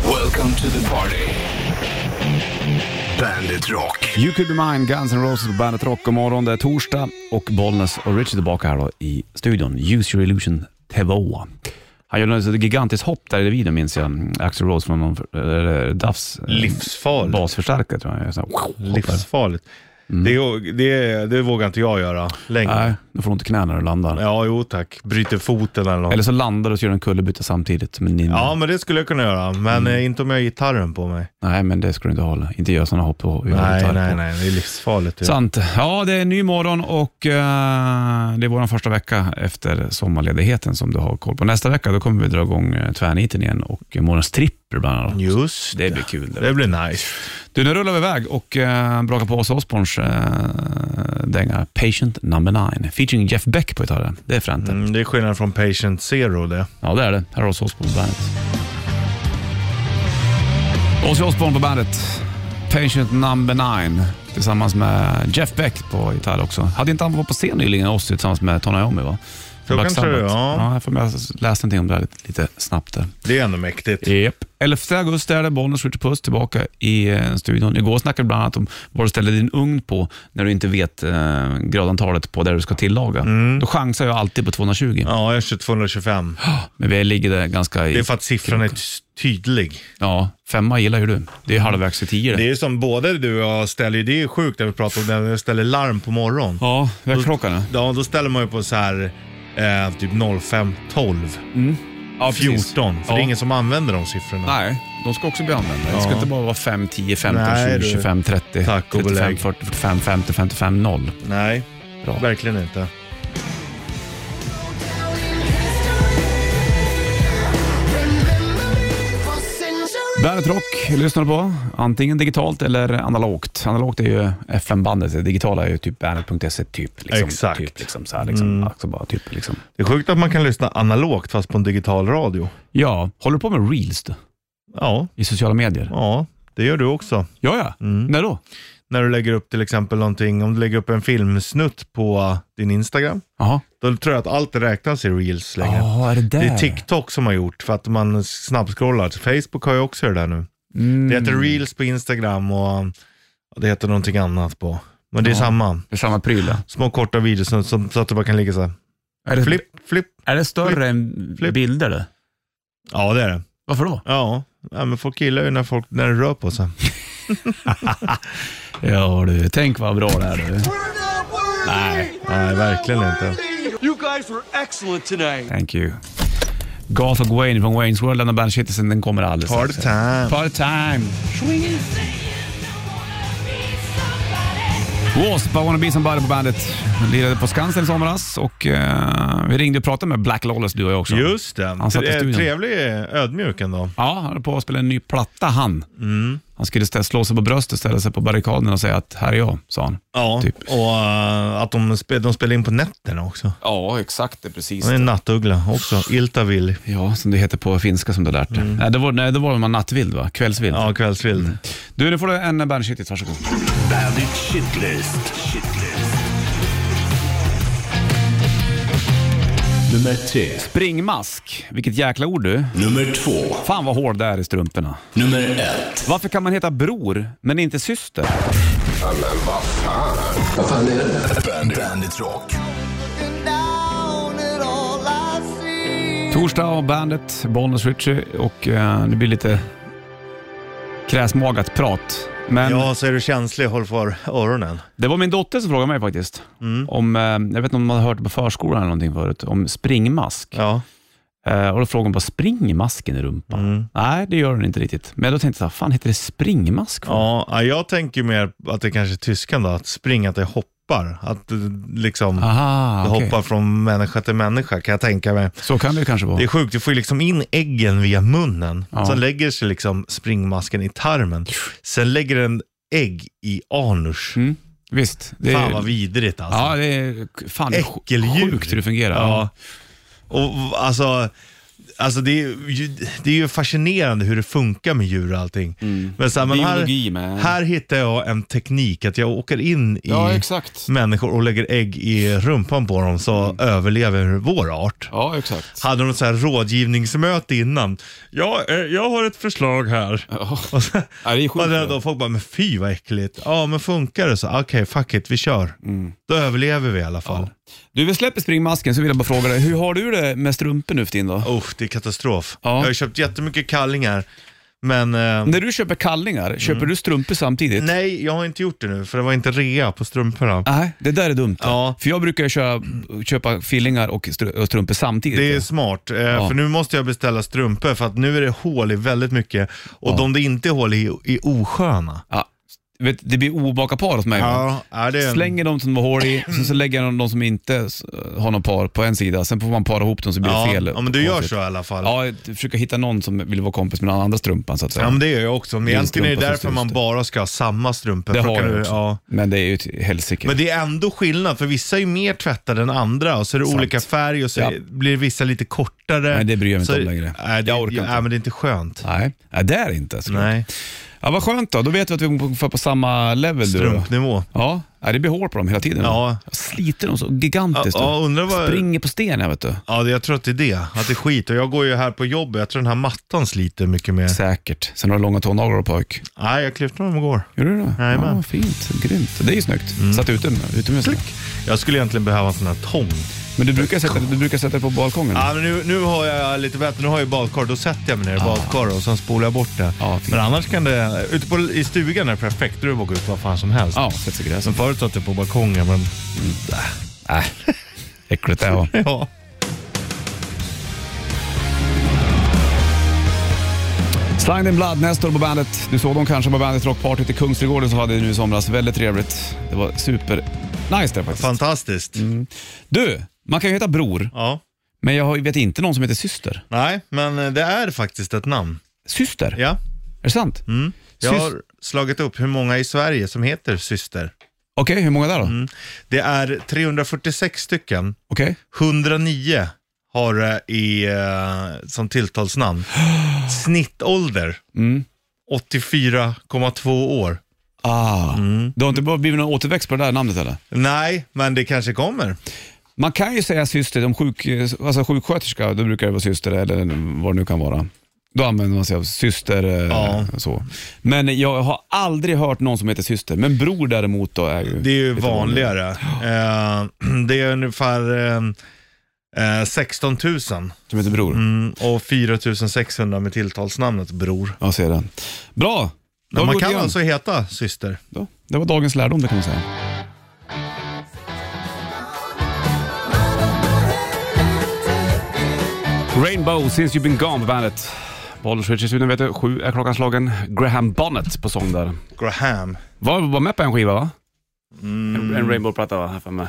Welcome to the party. Bandit Rock. You could be mine, Guns N' Roses på bandet Rock. God morgon, det är torsdag och Bollnäs och Richard tillbaka här då i studion. Use your illusion Tevoa. Han gjorde ett gigantiskt hopp där i videon minns jag. Axel Rose från någon, eller Duffs eh, Livsfarligt. basförstärkare tror jag. Så här, hoppar. Livsfarligt. Det, det, det vågar inte jag göra längre. Mm. Nej, då får du ont i knäna när du landar. Ja, jo tack. Bryter foten eller något. Eller så landar du och så gör du en kullerbytta samtidigt. Men ni, Ja, men det skulle jag kunna göra. Men Mm. eh, inte om jag har gitarren på mig. Nej, men det ska du inte hålla. Inte göra sådana hopp på Nej, nej, nej. Det är livsfarligt. ju. Sant. Ja, det är en ny morgon och eh, det är vår första vecka efter sommarledigheten som du har koll på. Nästa vecka då kommer vi dra igång eh, tvärniten igen och eh, morgons tripper bland annat. Just Det blir kul. Det. Det blir nice. Du, nu rullar vi iväg och eh, brakar på Åsa Osborns eh, dänga Patient Number Nine featuring Jeff Beck på gitarren. Det är fränt. det. Mm, det är skillnad från Patient Zero det. Ja, det är det. Här har Ozzy Osbourne på bandet. Ozzy Osbourne på bandet. Patient number nine. Tillsammans med Jeff Beck på gitarr också. Hade inte han varit på scen nyligen, Ozzy, tillsammans med Tony Iommi va? Så Black kan tror jag, Sabbath. ja. ja. Jag får med, jag läste någonting om det här lite, lite snabbt där. Det är ändå mäktigt. Yep. 11 augusti är det, Bollnäs Ritchie Puss tillbaka i eh, studion. Igår snackade vi bland annat om vad du ställer din ugn på när du inte vet eh, gradantalet på där du ska tillaga. Mm. Då chansar jag alltid på 220, Ja, jag kör 225. men vi ligger där ganska i... Det är för att siffran är ty- tydlig. Ja, femma gillar ju du. Det är halvvägs till tio Det det. är som både du och jag ställer, det är sjukt när vi pratar om det, när vi ställer larm på morgonen. Ja, väckarklockan ja. Ja, då ställer man ju på så här eh, typ 05, 12. Ja, 14. För det är ingen som använder de siffrorna. Nej, de ska också bli använda. Det ska inte bara vara 5, 10, 15, Nej, 20, du. 25, 30, Tack och 35, belägg. 40, 45, 50, 55, 0. Nej, Bra. verkligen inte. Bandet Rock lyssnar du på, antingen digitalt eller analogt. Analogt är ju FM-bandet, det digitala är ju typ bandet.se, typ. Liksom, Exakt. Mm. Typ, liksom, så här, liksom, alltså bara, typ, liksom. Det är sjukt att man kan lyssna analogt fast på en digital radio. Ja, håller du på med reels du, Ja, i sociala medier? ja det gör du också. Mm. Ja, ja. När då? När du lägger upp till exempel någonting, om du lägger upp en filmsnutt på din Instagram, Jaha. då tror jag att allt räknas i reels längre. Ja, är det där? Det är TikTok som har gjort för att man snabbscrollar. Facebook har ju också det där nu. Mm. Det heter reels på Instagram och och det heter någonting annat på. Men det är samma. Det är samma pryl ja. Små korta videos som- som- så att du bara kan ligga så här. Är det, Flipp, flipp. Är det större än Flipp. bilder det? Ja, det är det. Varför då? Ja, ja men folk gillar ju när folk när det rör på sig. Ja du, tänk vad bra det är du. Nej, nej verkligen inte. You guys were excellent tonight. Thank you. Garth och Wayne från Wayne's World lämnar bandshitisen, den kommer alldeles Party strax. time. Part time. Wasp, I wanna be somebody på bandet. Lirade på Skansen i somras och eh, vi ringde och pratade med Black Lawless du och jag också. Just det. Han satt i Tre- studion. Trevlig, ödmjuk ändå. Ja, han höll på att spela en ny platta han. Han skulle stä- slå sig på bröstet, ställa sig på barrikaden och säga att här är jag, sa han. Ja, Typ. och äh, att de, spe, de spelar in på nätterna också. Ja, exakt det precis. Han är en nattuggla också. Iltavill. Ja, som det heter på finska som du har lärt dig. Nej, det var, nej, det var man nattvild va? Kvällsvild. Mm. Ja, kvällsvild. Du, nu får du en bandshittis, varsågod. Bandit Shitlist. Shitlist. Nummer tre. Springmask, vilket jäkla ord du. Nummer två. Fan vad hård det är i strumporna. Nummer ett. Varför kan man heta bror, men inte syster? Bandit, Bandit Rock. Torsdag och bandet, Bonus Richie och eh, det blir lite kräsmagat prat. Men Ja, så är du känslig, håll för öronen. det var min dotter som frågade mig faktiskt. Mm. Om, eh, jag vet inte om man har hört på förskolan eller någonting förut, om springmask. Ja. Eh, och då frågade hon bara, springer masken i rumpan? Mm. Nej, det gör den inte riktigt. Men då tänkte jag, så här, fan heter det springmask? för? Ja, ja, jag tänker mer att det kanske är tyskan då, att springa, att det hoppar. Att eh, liksom, Aha, det Ah, okej. hoppar från människa till människa kan jag tänka mig. Så kan det ju kanske vara. Det är sjukt, du får ju liksom in äggen via munnen. Ja. Sen lägger sig liksom springmasken i tarmen. Sen lägger den ägg i anus. Mm, visst. Det Fan vad vidrigt alltså. Ja, det är fan det är sj- Äckeldjur. sjukt hur det fungerar. Ja. Och v- alltså, alltså det är, ju- det är ju fascinerande hur det funkar med djur och allting. Men, så här, men Mm. Biologi här, med- här hittar jag en teknik att jag åker in i Ja, exakt. människor och lägger ägg i rumpan på dem så Mm. överlever vår art. Ja, exakt. Hade de så här rådgivningsmöte innan. Ja, eh, jag har ett förslag här. Ja. Och så, Ja, det är sjukt. och då, då folk bara, men fy vad äckligt. Ja, men funkar det så? Okej, fuck it, vi kör. Mm. Då överlever vi i alla fall. Du, vi släpper springmasken så vill jag bara fråga dig, hur har du det med strumpor nu för tiden då? Usch, det är katastrof. Ja. Jag har ju köpt jättemycket kallingar, men... Eh, När du köper kallingar, köper du strumpor samtidigt? Mm. nej, jag har inte gjort det nu, för det var inte rea på strumporna. Nej, det där är dumt. Ja. För jag brukar ju köra, köpa fillingar och, str- och strumpor samtidigt. Det är smart, eh, för nu måste jag beställa strumpor för att nu är det hål i väldigt mycket och de det inte är hål i är osköna. ja. Vet, det blir obaka par hos mig. va? är det en- Slänger de som har hål i, sen Mm. så lägger jag de som inte s- har någon par på en sida, sen får man para ihop dem så blir det ja, fel. Ja, men du gör Konstigt. så i alla fall. Ja, jag försöker hitta någon som vill vara kompis med den andra strumpan så att säga. Ja, men det gör jag också. Men Din egentligen är det strumpa därför syns man det. bara ska ha samma strumpor. det För har kan jag du- också. ja. Men det är ju ett helsike. Men det är ändå skillnad, för vissa är ju mer tvättade än andra och så är det Sant. olika färg och så Ja. är- blir vissa lite kortare. Nej, det bryr jag mig Så- inte om längre. Nej, det, Jag orkar inte. Nej, men det är inte skönt. Nej, Nej, det är det inte. såklart. Nej, Ja, vad skönt då. Då vet vi att vi är ungefär på samma level du och jag. strumpnivå. Ja, ja, det blir hål på dem hela tiden. Ja. Jag sliter dem så gigantiskt. Ja, ja, du. undrar vad- Springer på sten här vet du. Ja, det- jag tror att det är det. Att det är skit. Och jag går ju här på jobbet. Jag tror den här mattan sliter mycket mer. Säkert. Sen har du långa tånaglar och pojk. Nej, jag klippte dem igår. Gör du det? Jajamän. Ja, fint. Grymt. Det är ju snyggt. Mm. Satt ute, utomhus. Jag skulle egentligen behöva en sån här tång. Men du brukar sätta, du brukar sätta det på balkongen? Ja, men nu, nu har jag lite bättre. Nu har jag badkar. Då sätter jag mig ner i badkar och sen spolar jag bort det. Ja, fint. men annars kan det... Ute på, i stugan är det perfekt. Då är det bara att gå ut vad fan som helst. Ja, sätter sig i gräset. Sen förut satt jag på balkongen, men... Äh, äckligt det var. Ja. Slanged in Blood, Nestor på bandet. Du såg dem kanske på bandet Rockpartyt i Kungsträdgården som vi hade nu i somras. Väldigt trevligt. Det var super nice det faktiskt. Fantastiskt. Mm. Du, man kan ju heta bror, Ja. men jag har- vet inte någon som heter syster. Nej, men eh, det är faktiskt ett namn. Syster? Ja. Är det sant? Jag Sys- har slagit upp hur många i Sverige som heter syster. Okej, hur många där då? Det är 346 stycken. Okej. 109 har det i, eh, som tilltalsnamn. Snittålder Mm. 84,2 år. Ah. Det har inte bara blivit någon återväxt på det där namnet eller? Nej, men det kanske kommer. Man kan ju säga syster, om sjuk, alltså sjuksköterska, då brukar det vara syster eller vad det nu kan vara. Då använder man sig av syster. eh, Ja. Så. Men jag har aldrig hört någon som heter syster, men bror däremot då är ju... Det är ju lite vanligare. Eh, det är ungefär eh, eh, 16 000 Som heter bror. mm, och 4 600 med tilltalsnamnet bror. Jag ser den. Bra! Då har vi Men man gått kan igenom. alltså heta syster. Då. Det var dagens lärdom det kan man säga. Rainbow since you've been gone på bandet. Bollers Richards studion vet du, sju är klockan slagen. Graham Bonnet på sång där. Graham. Var, var med på en skiva va? Mm. En, en Rainbow-platta va? Här för mig.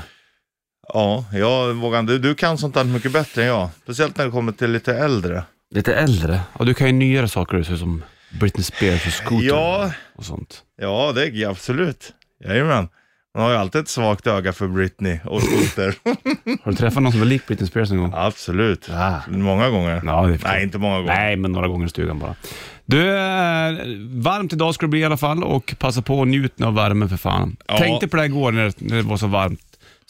Ja, jag vågar inte. Du kan sånt där mycket bättre än jag. Speciellt när det kommer till lite äldre. Lite äldre. Ja, du kan ju nyare saker så som Britney Spears och Scooter Ja, och sånt. ja det är absolut. Jajamän. Man har ju alltid ett svagt öga för Britney och Scooter. Har du träffat någon som var lik Britney Spears en gång? absolut. Ah. Många gånger. Ja, det är Nej, inte många gånger. Nej, men några gånger i stugan bara. Du, eh, varmt idag ska det bli i alla fall och passa på att njuta av värmen för fan. Ja. Tänkte på det här igår när, det- när det var så varmt.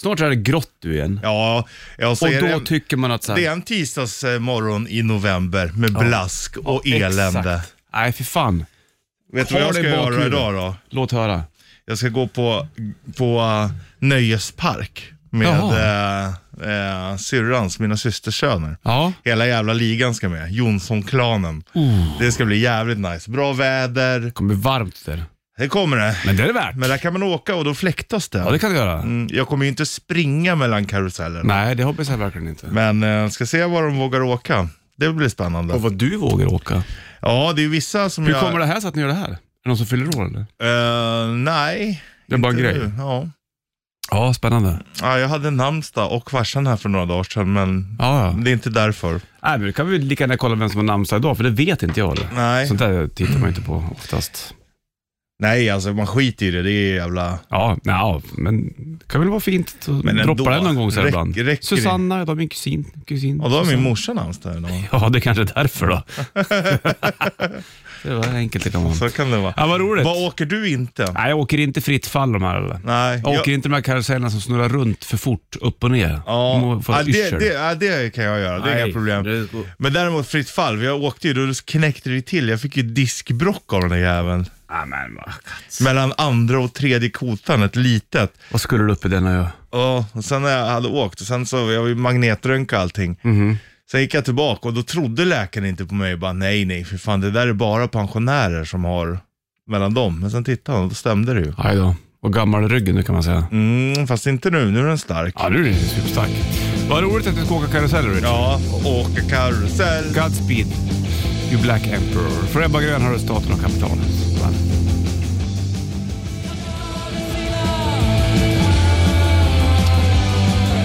Snart är det grått du igen. Ja, jag och säger då typ- det. tycker man att så här, Det är en tisdagsmorgon i november med blask och elände. Exakt. Nej, för fan. Vet du vad Ha jag det ska i göra bakhuvudet. idag då? Låt höra. Jag ska gå på, på eh, nöjespark med uh, syrrans, mina systersöner. Ja. Hela jävla ligan ska med, Jonsson-klanen. Det ska bli jävligt nice. Bra väder, Det kommer bli varmt där. det kommer det. Men det är det värt. Men där kan man åka och då fläktas det. Ja, det kan du göra. Mm, Jag kommer ju inte springa mellan karusellerna. Nej, det hoppas jag verkligen inte. Men eh, ska se var de vågar åka. Det blir spännande. Och vad du vågar åka. Ja, det är ju vissa som Hur jag... kommer det här sig att ni gör det här? Är det någon som fyller år eller? Eh, nej. Det är bara en Inte grej. nu, Ja. Ja, spännande. ja, jag hade namnsdag och farsan här för några dagar sedan, men Ja, ja. det är inte därför. Nej, men då kan vi lika gärna kolla vem som har namnsdag idag, för det vet inte jag. Eller? Nej. Sånt där tittar man ju inte på oftast. Nej, alltså man skiter i det. Det är jävla... Ja, ja, men det kan väl vara fint att Men ändå, droppa den någon gång så här räck- ibland. räcker det? Susanna, ja, då har min kusin. kusin Och då har Susanna. min morsa namnsdag idag. Ja, det kanske är därför då. det var enkelt det kan vara. Så kan det vara. Ja, vad roligt. Vad åker du inte? Nej, jag åker inte fritt fall de här eller? Nej. Jag jag- åker inte de här karusellerna som snurrar runt för fort, upp och ner. Ja, Man får ja ett det, yrsel. det, ja, det kan jag göra. Det är Nej, inga problem. det- Men däremot fritt fall. Jag åkte ju, då knäckte det till. Jag fick ju diskbråck av den där jäveln. Ja, men, vad katt. Mellan andra och tredje kotan, ett litet. Vad skulle du upp i denna ö? Ja, och sen när jag hade åkt, och sen så jag var ju magnetröntga allting. Mhm. Sen gick jag tillbaka och då trodde läkaren inte på mig. Jag Bara, nej, nej, för fan, det där är bara pensionärer som har mellan dem. Men sen tittade han och då stämde det ju. Aj då. Och gammal i ryggen nu kan man säga. Mm, fast inte nu, nu är den stark. Ja, du är superstark. Vad roligt att du ska åka karuseller, Richard. Ja, och åka karusell. Godspeed, you black emperor. För Ebba Grön har du staten och kapitalet. Band.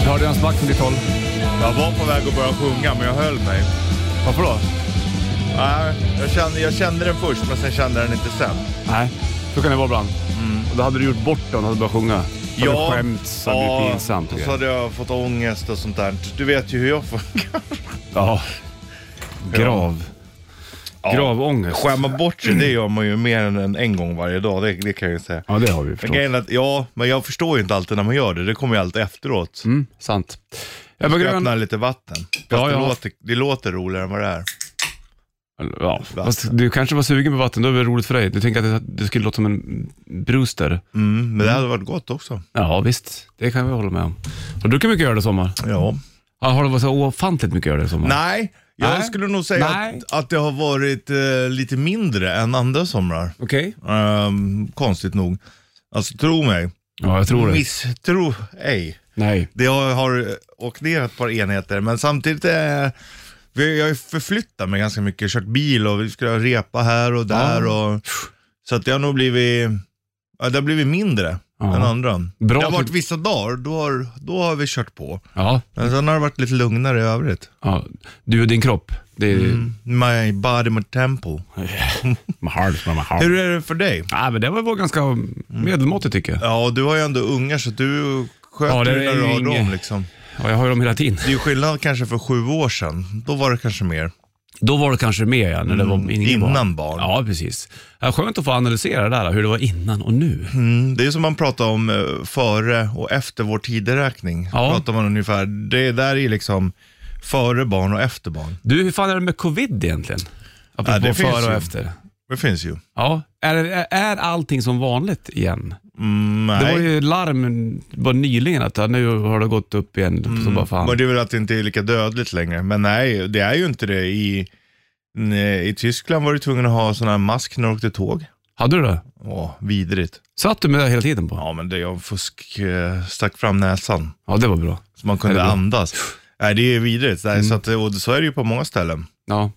Du hörde hans back från ditt håll. Jag var på väg att börja sjunga, men jag höll mig. Varför då? Nej, jag kände, jag kände den först, men sen kände jag den inte sen. Nej, så kan det vara ibland. Mm. Och då hade du gjort bort den och hade börjat sjunga. Så hade du skämts, så hade det blivit pinsamt. och och så grejer. hade jag fått ångest och sånt där. Du vet ju hur jag funkar. Ja. Grav. Gravångest. Skämma bort sig, det gör man ju mer än en, en gång varje dag, det, det kan jag ju säga. Ja, det har vi Men förstått. grejen är att, ja, men jag förstår ju inte alltid när man gör det. Det kommer ju alltid efteråt. Mm, sant. Ebba Jag ska Grön. öppna lite vatten. Fast Ja, det, ja. låter, det låter roligare än vad det är. Ja, fast du kanske var sugen på vatten, då är det roligt för dig. Du tänker att det, det skulle låta som en brus där. Mm, men det hade varit gott också. Ja, visst. Det kan vi hålla med om. Har du druckit mycket öl i sommar? Ja. Ja, Har det varit så ofantligt mycket öl i sommar? Nej, jag Nej. skulle nog säga Nej. att, att det har varit eh, lite mindre än andra somrar. Okej. Ehm, konstigt nog. Alltså tro mig, Ja, jag tror det. misstro ej. Nej. Det har, har eh, åkt ner ett par enheter, men samtidigt eh, vi, jag har ju förflyttat mig ganska mycket, kört bil och vi skulle repa här och där. Och, så att det har nog blivit, ja, det har blivit mindre Ja. än andra. Bra det har för- varit vissa dagar, då har, då har vi kört på. Ja. Men sen har det varit lite lugnare i övrigt. ja. Du och din kropp. Det är Mm. My body, my tempo. my heart, my heart. Hur är det för dig? Nej, men det var var ganska medelmåttigt tycker jag. Ja, och du har ju ändå ungar så du sköter Ja, det ju är när du ju har inget- dem liksom. Ja, jag har ju dem hela tiden. Det är ju skillnad kanske för sju år sedan. Då var det kanske mer. Då var det kanske mer ja, när det var ingen Mm. innan barn. Ja, precis. Ja, Skönt att få analysera det där, hur det var innan och nu. Mm, det är som man pratar om eh, före och efter vår tideräkning. Ja. Pratar man ungefär. Det där är ju liksom före barn och efter barn. Du, hur fan är det med covid egentligen? Apropå det finns före och ju. efter. Det finns ju. Ja, är, är allting som vanligt igen? Mm, nej. Det var ju larm bara nyligen att ja, nu har det gått upp igen. Så bara fan. Mm. Men det är väl att det inte är lika dödligt längre. Men nej, det är ju inte det. I, nej, i Tyskland var du tvungen att ha sån här mask när du åkte tåg. Hade du det? Åh, vidrigt. Satt du med det hela tiden på? Ja, men det, jag fusk eh, stack fram näsan. Ja, det var bra. Mm. Så man kunde Eller hur? andas. Nej, det är vidrigt. Nej, så, att, och så är det ju på många ställen. Ja.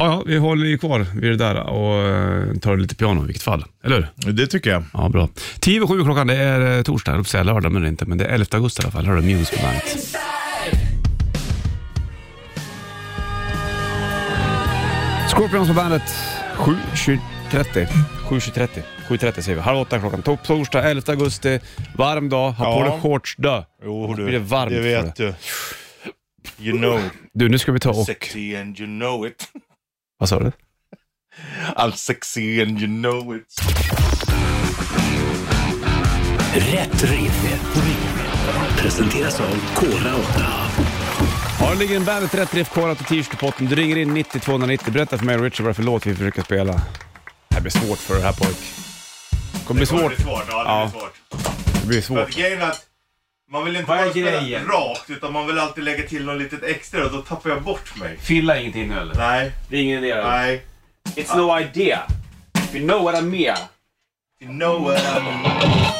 Ja, ja, vi håller ju kvar vid det där och eh, tar lite piano i vilket fall. Eller hur? Det tycker jag. Ja, bra. 10 över sju klockan, det är eh, torsdag. Jag höll på att säga lördag, men det är inte. Men det är 11 augusti i alla fall. Här har du Muse på bandet. Scorpions på bandet. 7.30. 7.30. 7.30 säger vi. Halv åtta klockan. Topp torsdag 11 augusti. Varm dag. Ha på Ja. dig shorts då. Jo, blir det varmt det vet för du. You know Du, nu ska vi ta och... sexy and you know it. Vad sa du? I'm sexy and you know it. Rätt riff. Presenteras av Kora 8. Ja, det ligger en Bandet Rätt Riff kvar till t-shirtpotten. Du ringer in 90 290. Berätta för mig och Richard vad det är för låt vi försöker spela. Det här blir svårt för det här pojk. Det kommer bli svårt. svårt. Ja, det blir svårt. Det blir För svårt. att grejen är att man vill inte Vad är bara spela grejen? rakt, utan man vill alltid lägga till något litet extra och då tappar jag bort mig. Fylla ingenting nu eller? Nej, Det är ingen idé. nej. It's no idea. You know what I mean. You know what I mean.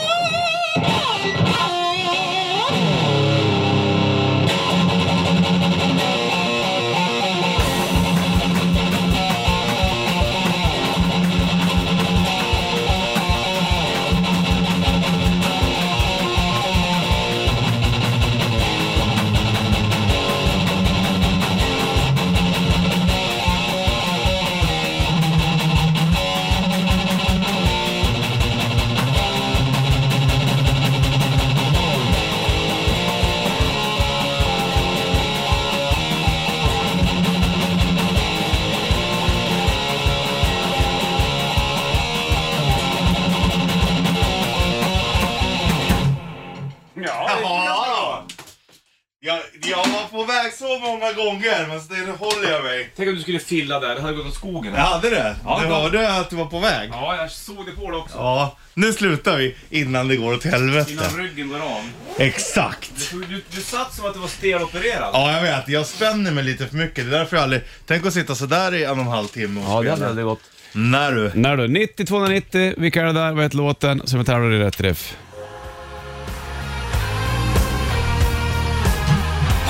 så många gånger, men så det håller jag mig. Tänk om du skulle fylla där, det hade gått åt skogen. Jag hade det. Ja, du bra. hörde att du var på väg. Ja, jag såg det på dig också. Ja, nu slutar vi innan det går åt helvete. Innan ryggen går av. Exakt. Du, du, du satt som att du var stelopererad. Ja, jag vet. Jag spänner mig lite för mycket. Det är därför jag aldrig... Tänk att sitta sådär i en och en halv timme och spela. gått. När du. När du, 90 290, vilka är det där? Vad heter låten? Så vi tävlar i rätt träff.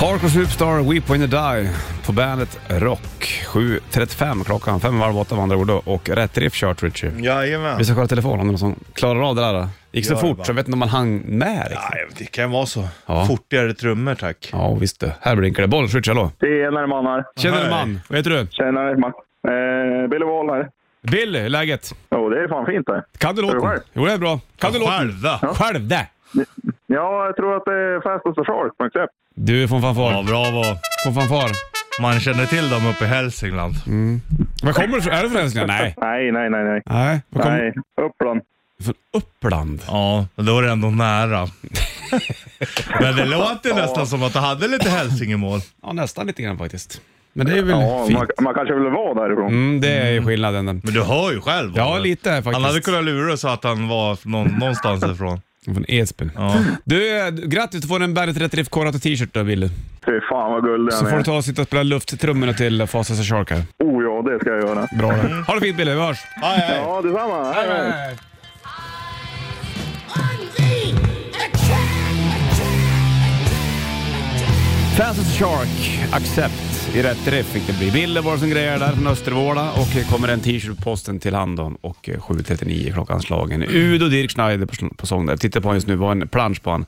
Hardcore Superstar, Weep When You Die på bandet Rock. 7.35 klockan, fem varv åtta med andra ord då. och rätt riff kört Richie. Jajamän. Vi ska kolla telefonen om det är någon som klarar av det där. då. Gick så Gör det fort bara. så jag vet inte om man hann med riktigt. Nej, det kan vara så. Ja. Fortigare trummor, tack. Ja visst du. Här blinkar det. Boll, Richie, hallå. Tjenare manar! Tjenare Hej. man, vad heter du? Tjenare Max! Eh, Billy Wall här. Billy, hur är läget? Jo, det är fan fint det. Kan du du låten? själv? Jo det är bra. Kan du låten? Själv då? Själv det. Ja, jag tror att det är Fastest och Shark på accept. Du är från Ja, fanfar. bravo. Från fanfar. Man känner till dem uppe i Hälsingland. Var kommer du ifrån? Är du från Hälsingland? Nej. Nej, nej, nej, nej. Nej. Var kommer Nej, Uppland. du från? Uppland. Ja, men då är det ändå nära. Men det låter nästan som att du hade lite hälsingemål. Ja, nästan lite grann faktiskt. Men det är väl Ja, fint. man, man kanske vill vara därifrån. Mm, det är ju skillnaden. Men du hör ju själv. Ja, Oliver. lite faktiskt. Han hade kunnat lura så att han var nå- någonstans ifrån. Från Edsbyn. Ja. Du, eh, grattis. Du får en Bandet Rätt Riff K-rat och t-shirt då, Billy. Fy fan vad gullig Så han får du är. ta och sitta och spela lufttrummorna till Fast As A Shark här. Oh ja, det ska jag göra. Bra det. Ha det fint Billy, vi hörs. Aj, aj. Ja, detsamma. Hej, hej. Fast As A Shark, Accept. I rätt riff fick det bli. Billy var det som grejer där från Östervåla och eh, kommer en t-shirt på posten till hand om och eh, 7.39 klockan slagen. Udo Dirk Schneider på, på sång där. Titta på honom just nu, var en plansch på han.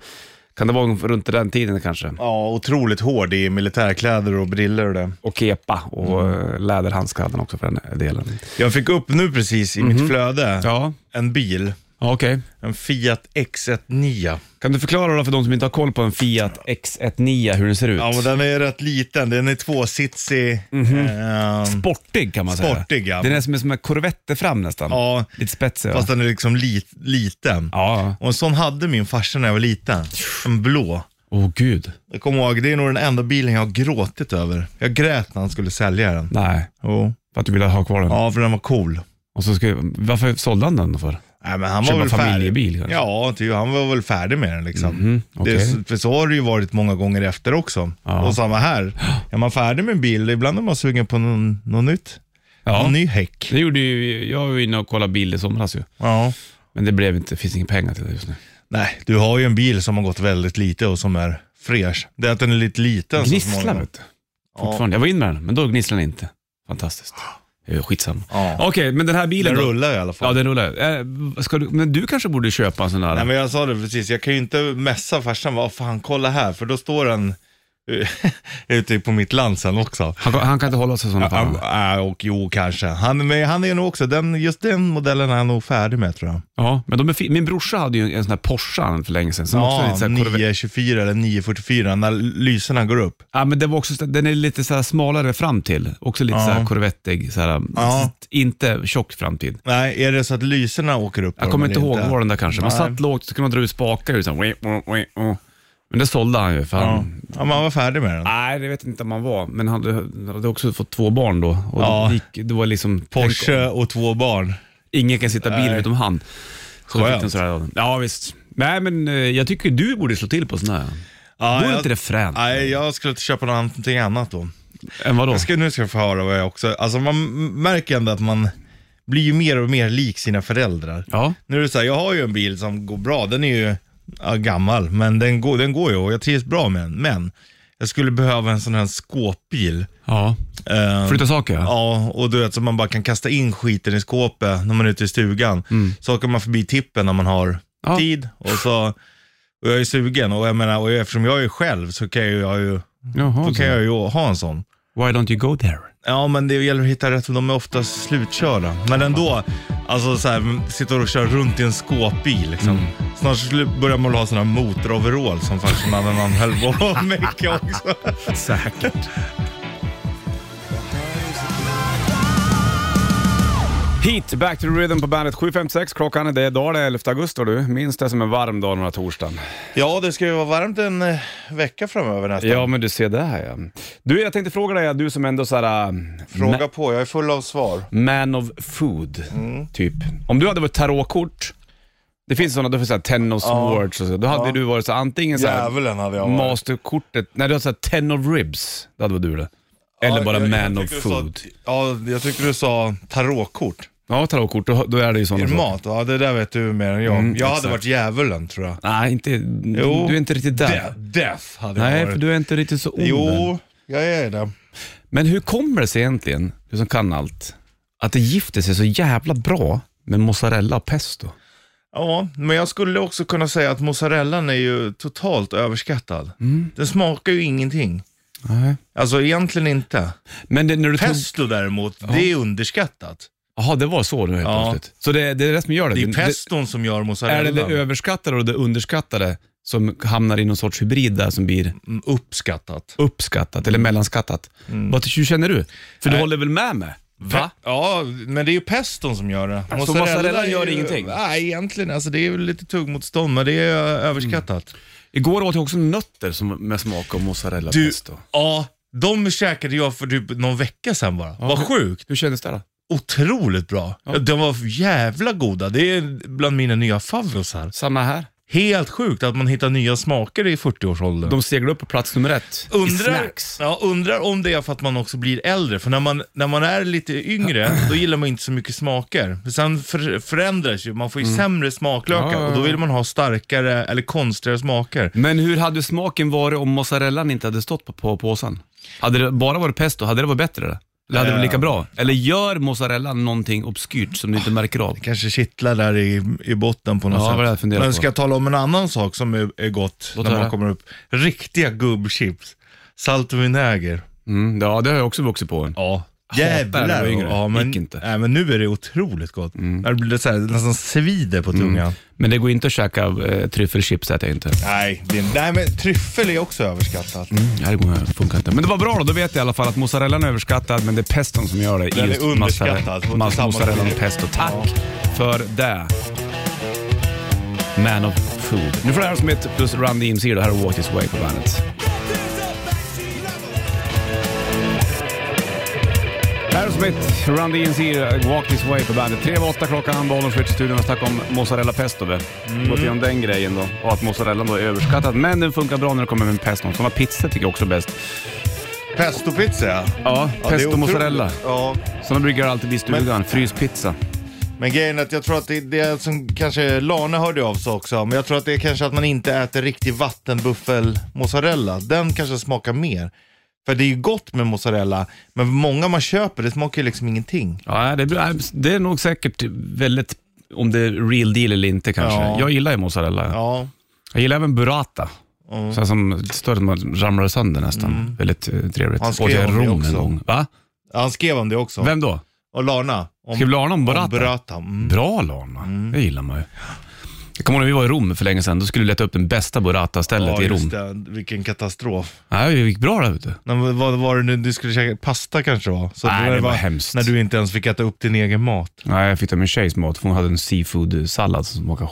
Kan det vara runt den tiden kanske? Ja, otroligt hård i militärkläder och briller och det. och kepa och Mm. eh, läderhandskar hade han också för den delen. Jag fick upp nu precis i mitt flöde Mhm. Ja, en bil. ja okej. En Fiat X19. Kan du förklara då för de som inte har koll på en Fiat X19 hur den ser ut? Ja, men den är rätt liten. Den är tvåsitsig. Mhm. ehm, Sportig kan man säga. Sportig, ja. Den är som en, som en korvette fram nästan. ja, Lite spetsig. va? fast den är liksom lit, liten. Ja. Och en sån hade min farsa när jag var liten. En blå. Åh oh, gud. Jag kommer ihåg, det är nog den enda bilen jag har gråtit över. Jag grät när han skulle sälja den. Nej, Jo. för att du ville ha kvar den. Ja, för den var cool. Och så ska, varför sålde han den då för? Nej, men han Köpa var väl familjebil, färdig. kanske? Mhm. Ja, typ, han var väl färdig med den liksom. okej. det, för så har det ju varit många gånger efter också. Ja. Och samma här. Är man färdig med en bil, ibland är man sugen på någon, något nytt. Ja. Någon ny häck. Det gjorde ju, jag var ju inne och kollade bil i somras ju. Ja. Men det blev inte, finns inga pengar till det just nu. Nej, du har ju en bil som har gått väldigt lite och som är fräsch. Det är att den är lite liten. så Gnisslar småningom. vet du. Fortfarande. Jag var in med den, men då gnisslade den inte. Fantastiskt. Eh, Skitsamma. Ja. Okej, men den här bilen Den då? rullar i alla fall. Ja, den rullar. Eh, ska du, men du kanske borde köpa en sån där? Nej men jag sa det precis, jag kan ju inte messa farsan, vad fan kolla här, för då står den eh, ute på mitt land sen också. han, kan- han kan inte hålla sig sådana fall. Ja, äh, och jo kanske. Han, men han är nog också, den, just den modellen är han nog färdig med tror jag. Ja, men de är fi- Min brorsa hade ju en sån här Porsche han för länge sedan. Som också är Ja, lite så här korvett. 924 eller 944 när lyserna går upp. ja, men det var också, så- den är lite så här smalare fram till. Också lite Ja. så här korvettig. Så här, Ja. Inte tjock framtid. Nej, är det så att lyserna åker upp? på Jag dem kommer eller inte ihåg vad den där kanske. Man Nej. satt lågt så kunde man dra ut spakar. liksom. och Så här, men det sålde han ju. För Ja. han, ja, men han var färdig med den. Nej, det vet jag inte om han var. Men han hade, han hade också fått två barn då. Och Ja. det, gick, det var liksom... Porsche och två barn. Ingen kan sitta i bilen Nej. utom han. Så Skönt. fick den sådär, ja, visst. Nej, men eh, jag tycker du borde slå till på sån här. Ja, Vore jag- inte det fränt? Nej, jag skulle köpa någonting annat då. Än vadå? Jag ska, nu ska jag få höra vad jag också, alltså man m- märker ändå att man blir ju mer och mer lik sina föräldrar. Ja. Nu är det så här, jag har ju en bil som går bra, den är ju ja, gammal, men den går, den går ju och jag trivs bra med den. Men jag skulle behöva en sån här skåpbil. ja. Eh, Flytta saker ja. Ja, och du vet så man bara kan kasta in skiten i skåpet när man är ute i stugan. Så åker man förbi tippen när man har Ja. tid och så, och jag är sugen och jag menar, och eftersom jag är själv så kan jag ju, jag ju, Jaha, så. då kan jag ju ha en sån. Why don't you go there? Ja, men det gäller att hitta rätt, för de är oftast slutkörda. Men ändå, alltså så här, sitter och kör runt i en skåpbil liksom. Snart skulle- börjar man väl ha sådana här motoroverall som farsan hade när han höll på att mecka också. Säkert. Heat, Back to the Rhythm på bandet. 7.56 klockan. är Det är dag det är 11 augusti du. Minns det som en varm dag den här torsdagen. Ja, det ska ju vara varmt en eh, vecka framöver nästan. Ja, men du ser det här ja. Du, jag tänkte fråga dig, du som ändå såhär... Fråga på, jag är full av svar. Man of food, Mm. typ. Om du hade varit tarotkort, det finns sådana, du får säga ten of swords och så. Då hade du varit så här, antingen så här, Djävulen hade jag varit. masterkortet, nej du hade såhär ten of ribs, det hade varit du det. Eller Ja, bara jag- jag man of tyckte du sa- food. ja, jag tyckte du sa tarotkort. Ja, tarotkort, då, då är det ju Är sådana det saker. mat? Ja, det där vet du mer än jag. jag hade Mm, exakt. varit djävulen tror jag. Nej, inte, Jo. du är inte riktigt där. De- death hade jag Nej, varit. för du är inte riktigt så ond än. Jo, jag är det. Men hur kommer det sig egentligen, du som kan allt, att det gifter sig så jävla bra med mozzarella och pesto? Ja, men jag skulle också kunna säga att mozzarellan är ju totalt överskattad. Mm. Den smakar ju ingenting. Nej. Alltså egentligen inte. Men det, när du tog... Pesto däremot, det är underskattat. Jaha, det var så nu helt Ja. plötsligt. Så det, det är det som gör det. Det är Det- peston som gör det, är det mozzarellan. det överskattade och det underskattade som hamnar i någon sorts hybrid där som blir Mm, Uppskattat. uppskattat eller mellanskattat? Mm. Vad hur känner du? För du håller väl med mig? Va? Alltså, Ja, men det är ju peston som gör det. mozzarella är gör ju, ingenting? Nej, egentligen. Alltså, det är ju lite tuggmotstånd, men det är ju Mm. överskattat. Igår åt jag också nötter som, med smak av mozzarella och Du, pesto. ja, de käkade jag för typ någon vecka sedan bara. Vad sjukt. Hur kändes det då? Otroligt bra. Ja. De var jävla goda. Det är bland mina nya favoriter. Samma här. Helt sjukt att man hittar nya smaker i 40-årsåldern. De seglar upp på plats nummer ett i Undrar, snacks. ja, undrar om det är för att man också blir äldre. För när man, när man är lite yngre, då gillar man inte så mycket smaker. För sen för, förändras ju, man får ju sämre smaklökar Mm. Ja, ja, ja. och då vill man ha starkare eller konstigare smaker. Men hur hade smaken varit om mozzarellan inte hade stått på, på påsen? Hade det bara varit pesto, hade det varit bättre? Eller Eller hade det varit lika bra? Eller gör mozzarellan någonting obskyrt som du inte märker av? Kanske kittlar där i, i botten på Ja, något vad det här sätt. funderar Men på. ska jag tala om en annan sak som är, är gott Låt när man höra. kommer upp? Riktiga gubbchips. Salt och vinäger. Mm, ja, det har jag också vuxit på. Ja. Hatar när jag Jävlar. var yngre. Ja, men, Gick inte. Mm. Nej, men nu är det otroligt gott. När det blir så här, nästan svider på tungan. Men det går inte att käka eh, tryffelchips, äter jag inte. Nej, det, nej men tryffel är också överskattat. Nej, det går- funkar inte. Men det var bra då, då vet jag i alla fall att mozzarellan är överskattad, men det är peston som gör det. i Den är just underskattad. mozzarella- Och Mas- tillsammans mozzarellan med och det. pesto. Tack för det. Man of food. Nu får det här som ett plus Run DMC, det här är Walk This Way på bandet. Aerosmith, Run DMC, Walk This Way på bandet. Tre över åtta klockan, Bollnäs Switch i studion och snackade om mozzarella pesto. vi. Gått igenom den grejen då och att mozzarellan då är överskattad. Men den funkar bra när det kommer med pesto. Sådana pizzor tycker jag också är bäst. Pestopizza ja. Ja, Ja, det är pesto otroligt. mozzarella. Ja, Sådana brukar jag alltid bli i stugan. Men- Fryspizza. men grejen är att jag tror att det, det som kanske Lane hörde av sig också, men jag tror att det är kanske att man inte äter riktig vattenbuffelmozzarella. Den kanske smakar mer. För det är ju gott med mozzarella, men många man köper, det smakar ju liksom ingenting. Ja, det, det är nog säkert väldigt, om det är real deal eller inte kanske. Ja. Jag gillar ju mozzarella. Ja, Jag gillar även burrata. Mm. Så här som större än man ramlar sönder nästan. Väldigt eh, trevligt. Han skrev Åt jag om det Rom en också. gång. Va? han skrev om det också. Vem då? Och Lana. Om, Skrev Lana om burrata? Om burrata. Mm. Bra Lana. Det gillar man ju. Jag kommer ihåg när vi var i Rom för länge sedan. Då skulle vi leta upp den bästa burrata-stället Ja, i just Rom. det. Vilken katastrof. Nej, det gick bra där ute. Men vad var det nu du skulle käka? Pasta kanske det var? Så Nej, när det var hemskt. När du inte ens fick äta upp din egen mat. Nej, jag fick ta min tjejs mat för hon hade en seafood-sallad som smakade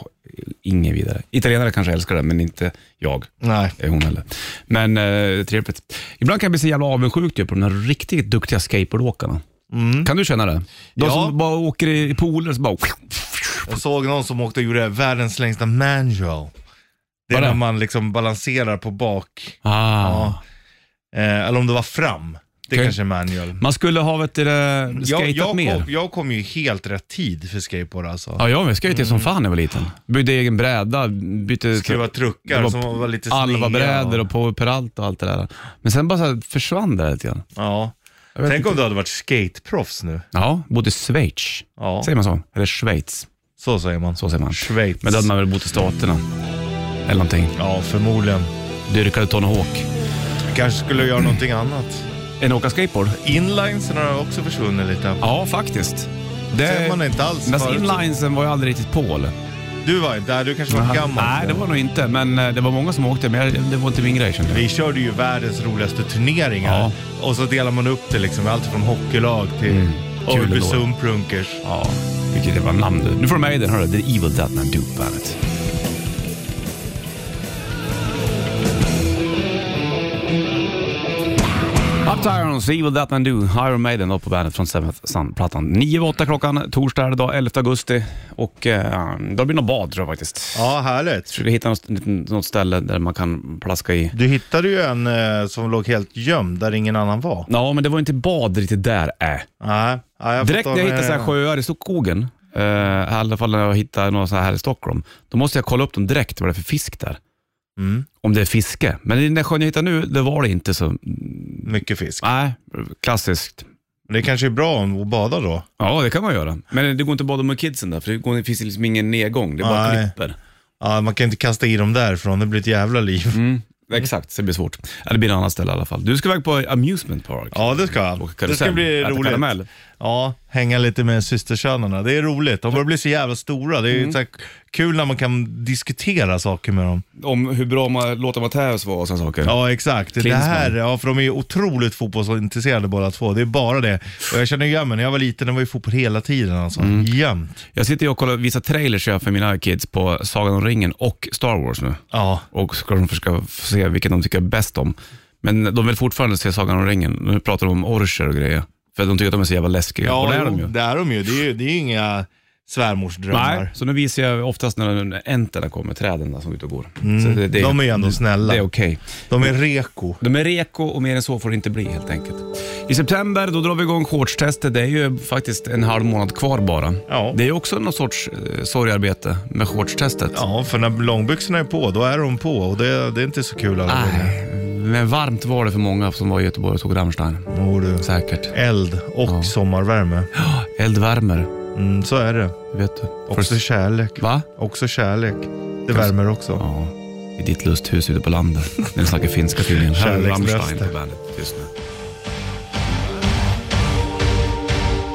ingen vidare. Italienare kanske älskar det, men inte jag. Nej. Eh, Hon heller. Men eh, trevligt. Ibland kan jag bli så jävla avundsjuk ju på de här riktigt duktiga skateboardåkarna. Kan du känna det? De Ja. som bara åker i i pooler så bara... Jag såg någon som åkte och gjorde världens längsta manual. Det Vad är är när det? man liksom balanserar på bak. Ah. Eh, eller om det var fram. Det Okej. kanske är manual. Man skulle ha vet du, det, Jag, skatat jag, mer. kom, jag kom ju i helt rätt tid för skateboard alltså. Ja, jag med. Skejtade som fan när jag var liten. Byggde egen bräda, bytte... Skruva truckar Det var som var lite sneda Alva-brädor och- och på peralt och allt det där. Men sen bara så här försvann det lite grann. Ja. Jag vet Tänk inte. om du hade varit skateproffs nu. Ja, bodde i Schweiz. Ja. Säger man så? Eller Schweiz, Så säger man. så säger man. Schweiz. Men då hade man väl bott i Staterna. Eller någonting. Ja, förmodligen. Dyrkade Tony Hawk. Kanske skulle göra någonting annat. En åka skateboard? Inlinesen har också försvunnit lite. Ja, faktiskt. Det ser man inte alls. Men förut. inlinesen var jag aldrig riktigt på eller? Du var inte där, du kanske var för gammal. Nej, det var nog inte. Men eh, det var många som åkte, men jag- det var inte min grej kände jag. Vi körde ju världens roligaste turneringar. Ja. Och så delar man upp det liksom, allt från hockeylag till... Kul Orbe låt. Sumprunkers. Ja, vilket jävla namn du. Nu får du med i den, hörru. The Evil Dead med Duke Bandet. Up to Irons, The Evil That Man Do, Iron Maiden då på bandet från Seventh Sun-plattan. 9 8 klockan, torsdag är det idag, 11 augusti. Och eh, då blir det något bad tror jag faktiskt. Ja, härligt. Försöka hitta något, något ställe där man kan plaska i. Du hittade ju en eh, som låg helt gömd där ingen annan var. Ja, men det var inte bad riktigt där. Äh. Nej, nej, jag eh, Direkt får ta när jag med hittar så här det. sjöar i skogen, eh, i alla fall när jag hittar några så här, här i Stockholm, då måste jag kolla upp dem direkt vad det är för fisk där. Mm. Om det är fiske. Men i den där sjön jag hittar nu, det var det inte så. Mycket fisk. Nej, klassiskt. Men det kanske är bra om att bada då. Ja, det kan man göra. Men det går inte att bada med kidsen där, för det, går, det finns liksom ingen nedgång. Det är bara Nej. klipper. Ja, man kan inte kasta i dem därifrån, det blir ett jävla liv. Mm. Exakt, så det blir svårt. Ja, det blir en annan ställe i alla fall. Du ska iväg på amusement park. Ja, det ska jag. Åka Det karusell, ska bli äta roligt. karamell. Ja, hänga lite med systerkärnorna. Det är roligt. De börjar bli så jävla stora. Det är Mm. ju så här kul när man kan diskutera saker med dem. Om hur bra man, låter Matteus vara och sådana saker. Ja, exakt. Det Klinsmann. här, ja, för de är ju otroligt fotbollsintresserade båda två. Det är bara det. Och jag känner ju igen mig. När jag var liten, det var ju fotboll hela tiden alltså. Mm. Jämt. Jag sitter ju och kollar vissa trailers jag gör för mina kids på Sagan om ringen och Star Wars nu. Ja. och ska de försöka få se vilken de tycker bäst om. Men de vill fortfarande se Sagan om ringen. Nu pratar de om orcher och grejer. För de tycker att de är så jävla läskiga. Ja, och det är jo, de ju. Det är de ju. Det är ju, det är ju inga svärmorsdrömmar. Nej, så nu visar jag oftast när enterna kommer, träden där som är ute och går. så Mm. de är ju ändå det, snälla. Det är okej. De är reko. De är reko och mer än så får det inte bli helt enkelt. I september då drar vi igång shortstestet. Det är ju faktiskt en halv månad kvar bara. Ja. Det är ju också någon sorts eh, sorgearbete med shortstestet. Ja, för när långbyxorna är på, då är de på. Och det, det är inte så kul alla gånger. Nej, men varmt var det för många som var i Göteborg och såg Rammstein. Jo, du. Säkert. Eld och Ja. sommarvärme. Eld värmer, Mm, så är det. vet du. Också Först- kärlek. Va? Också kärlek. Det värmer också. Ja, i ditt lusthus ute på landet. När ni snackar finska tydligen. Här är Rammstein Kärleksröster. på bandet. Tyst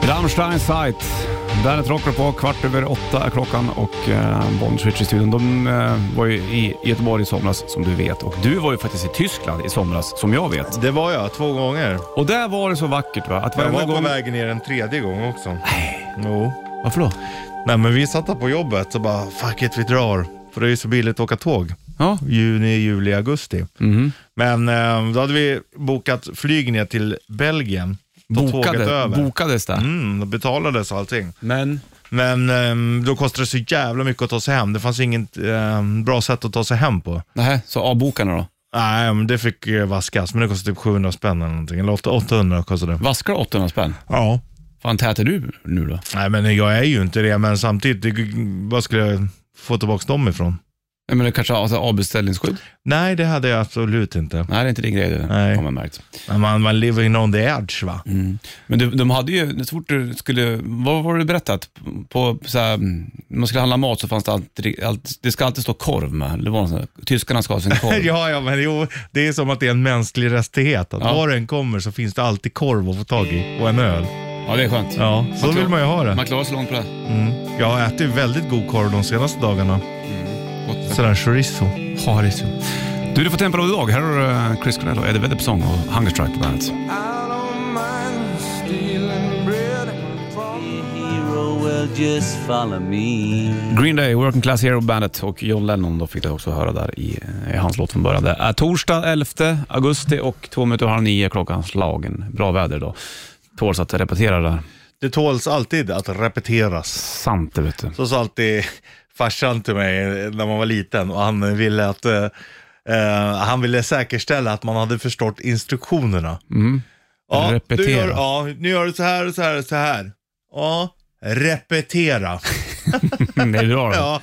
nu. Rammstein Sight. Bandet rockar på. Kvart över åtta är klockan och eh, Bonneswitch i studion. De eh, var ju i Göteborg i somras som du vet och du var ju faktiskt i Tyskland i somras som jag vet. Det var jag två gånger. Och där var det så vackert va? Att Jag varenda var på gång... väg ner en tredje gång också. Nej. Jo. Varför då? Nej men vi satt där på jobbet så bara fuck it vi drar. För det är ju så billigt att åka tåg. Ja. Juni, juli, augusti. Mhm. Men eh, då hade vi bokat flyg ner till Belgien. Då tåget Bokade, över. bokades det. Mm, då betalades allting. Men Men eh, då kostade det så jävla mycket att ta sig hem. Det fanns inget eh, bra sätt att ta sig hem på. nej, så avbokarna då? Nej, men det fick eh, vaskas. Men det kostade typ 700 spänn eller någonting. Eller 8 800 kostade det. Vaskar 800 spänn? Ja. fan täter du nu då? Nej, men jag är ju inte det. Men samtidigt, det, vad skulle jag få tillbaka dem ifrån? Jag menar kanske alltså, avbeställningsskydd? Nej, det hade jag absolut inte. Nej, det är inte din grej det. Nej. Har man märkt. Men man, man living on the edge va? Men du, de hade ju, så fort du skulle, vad var det berättat? På, på så här, när man skulle handla mat så fanns det alltid, allt, det ska alltid stå korv med. Det var någon sån här, tyskarna ska ha sin korv. Ja, ja, men jo, det är som att det är en mänsklig rättighet. Att Ja. var den kommer så finns det alltid korv att få tag i och en öl. ja, det är skönt. Ja, så Man vill klarar- man ju ha det. Man klarar sig långt på det. Mm. Jag har ätit väldigt god korv de senaste dagarna. Sådär chorizo. Ja, det är så. Du, du får tempo av idag. Här har du eh, Chris Cornell och Eddie Vedder på sång och Hunger Strike på bandet. I don't mind stealing bread from hero will just follow me. Green Day, Working Class Hero Bandet och John Lennon då fick det också höra där i, i hans låt från början. Det är torsdag 11 augusti och två minuter och halv nio klockan slagen. Bra väder då. Tåls att repetera det där. Det tåls alltid att repeteras. Sant det vet du. Så sa alltid farsan till mig när man var liten och han ville att eh, eh, han ville säkerställa att man hade förstått instruktionerna. Ja, Mm. Repetera. Du gör, ja, nu gör du så här och så här och så här. Ja, repetera. Mm, Det är bra då. Ja,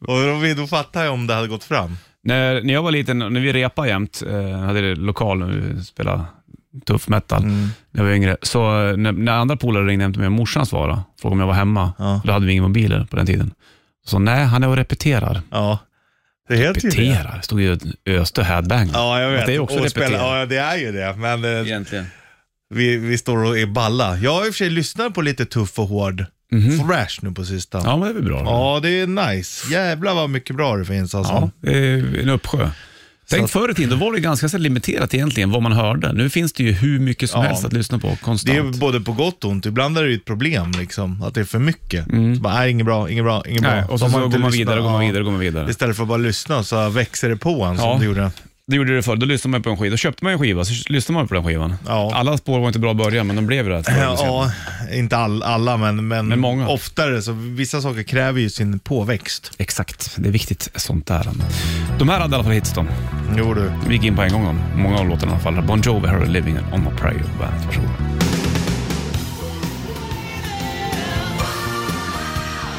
och då, då fattar jag om det hade gått fram. när, när jag var liten, när vi repade jämt, eh, hade det lokal när vi spelade tuff metal Mm. när jag var yngre. Så eh, när, när andra polare ringde hem till mig, morsan svarade, frågade om jag var hemma. Ja. Då hade vi inga mobiler på den tiden. Så nej, han är och repeterar. Ja, det heter ju det. Repeterar? Det stod ju ett öste headbang. Ja, jag vet. Det är ju också Och repetera. spela- Ja, det är ju det. Men eh, Egentligen. vi, vi står och är balla. Jag har i och för sig lyssnat på lite tuff och hård Mhm. thrash nu på sistone. Ja, men det är väl bra. då. Ja, det är nice. Jävlar vad mycket bra det finns alltså. Ja, eh, en uppsjö. Tänk förr i tiden, då var det ganska så limiterat egentligen vad man hörde. Nu finns det ju hur mycket som Ja. helst att lyssna på Det är ju konstant. både på gott och ont. Ibland är det ju ett problem liksom, att det är för mycket. Så bara, nej, inget bra, inget bra, inget bra. Mm. Nej, och så, har så inte går man lyssnat. vidare, går man Ja. vidare, går man vidare. Istället för att bara lyssna så växer det på en som Ja. det gjorde. Det gjorde det förr, då lyssnade man på en skiva. Då köpte man en skiva, så lyssnade man på den skivan. Ja. Alla spår var inte bra i början, men de blev rätt förr eller senare. Ja, inte all, alla men, men, Men många. oftare. Så vissa saker kräver ju sin påväxt. Exakt, det är viktigt sånt där. De här hade i alla fall hits de. Jo du. Vi gick in på en gång om många av låtarna i alla fall. Bon Jovi, Her Living on a Prayer på bandet. Varsågod.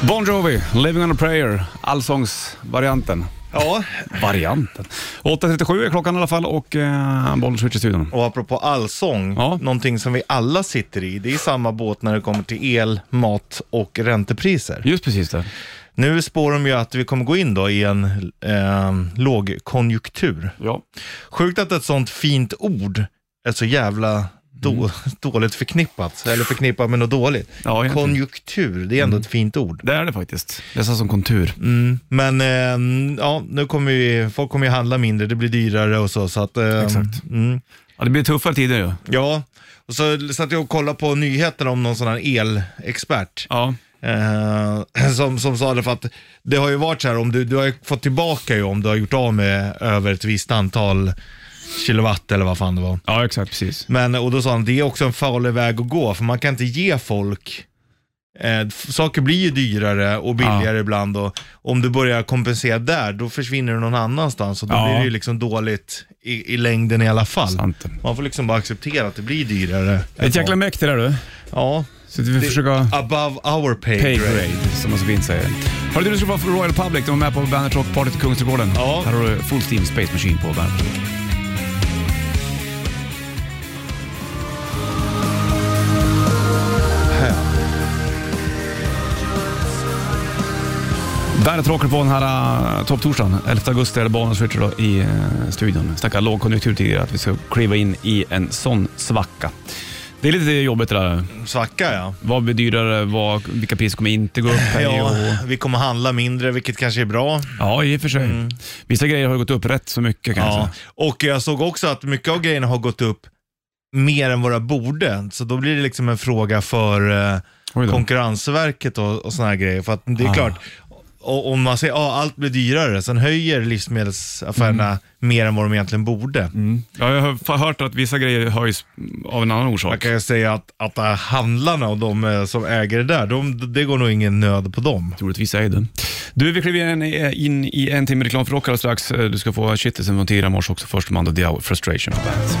Bon Jovi, Living on a Prayer, allsångsvarianten. Ja, Varianten. 8.37 är klockan i alla fall och eh, Bollnäs Switch i studion. och apropå allsång, Ja. någonting som vi alla sitter i, det är samma båt när det kommer till el, mat och räntepriser. Just precis det. Nu spår de ju att vi kommer gå in då i en eh, lågkonjunktur. Ja. Sjukt att ett sånt fint ord är så jävla då, dåligt förknippat, eller förknippat med något dåligt. Mm. Ja, egentligen. Mm. Konjunktur, det är ändå ett fint ord. Det är det faktiskt. Det är så som kontur. Men eh, ja, nu kommer ju, folk kommer ju handla mindre, det blir dyrare och så. så att, eh, Exakt. Mm, Ja, det blir tuffare tider ju. ja, och så satt jag och kollade på nyheterna om någon sån här elexpert. Ja. Eh, som, som sa det för att det har ju varit så här, om du, du har ju fått tillbaka ju om du har gjort av med över ett visst antal kilowatt eller vad fan det var. ja, exakt precis. Men, och då sa han, det är också en farlig väg att gå, för man kan inte ge folk Eh, f- saker blir ju dyrare och billigare ibland och om du börjar kompensera där, då försvinner det någon annanstans och då Ja. blir det ju liksom dåligt i, i längden i alla fall. Sant. Man får liksom bara acceptera att det blir dyrare. Ett jäkla mäkt det där du. Ja, Så vi det, försöker... above our pay, Pay grade. grade, som man så fint säger. Hörru du, du ska vara för Royal Public. De var med på Bandet Rock Party till Kungsträdgården. Ja. Här har du Full Steam Space Machine på Bandet Rock. Bandet Rock är på den här uh, topptorsdagen. 11 augusti är det Bonus Richard då i uh, studion. Vi snackade lågkonjunktur tidigare, att vi ska kliva in i en sån svacka. Det är lite jobbigt det där. Svacka ja. Vad blir dyrare? Vad, vilka priser kommer inte gå upp? Här ja. och, Vi kommer handla mindre, vilket kanske är bra. ja, i och för sig. Vissa grejer har ju gått upp rätt så mycket kan jag Mm. Ja. säga. Alltså, Och jag såg också att mycket av grejerna har gått upp mer än vad det borde, så då blir det liksom en fråga för eh, Oj då. Konkurrensverket och, och sådana här grejer. För att det är Ah. klart, o- om man säger att allt blir dyrare, sen höjer livsmedelsaffärerna Mm. mer än vad de egentligen borde. Ja, jag har f- hört att vissa grejer höjs av en annan Man orsak. kan ju säga att, att eh, handlarna och de eh, som äger det där, de, det går nog ingen nöd på dem. Troligtvis är det. Du, vi kliver in, in i en timme reklam för rock alldeles strax. Eh, Du ska få Kittelsen från tidigare morse också. Först Amanda Diao, Frustration på bandet.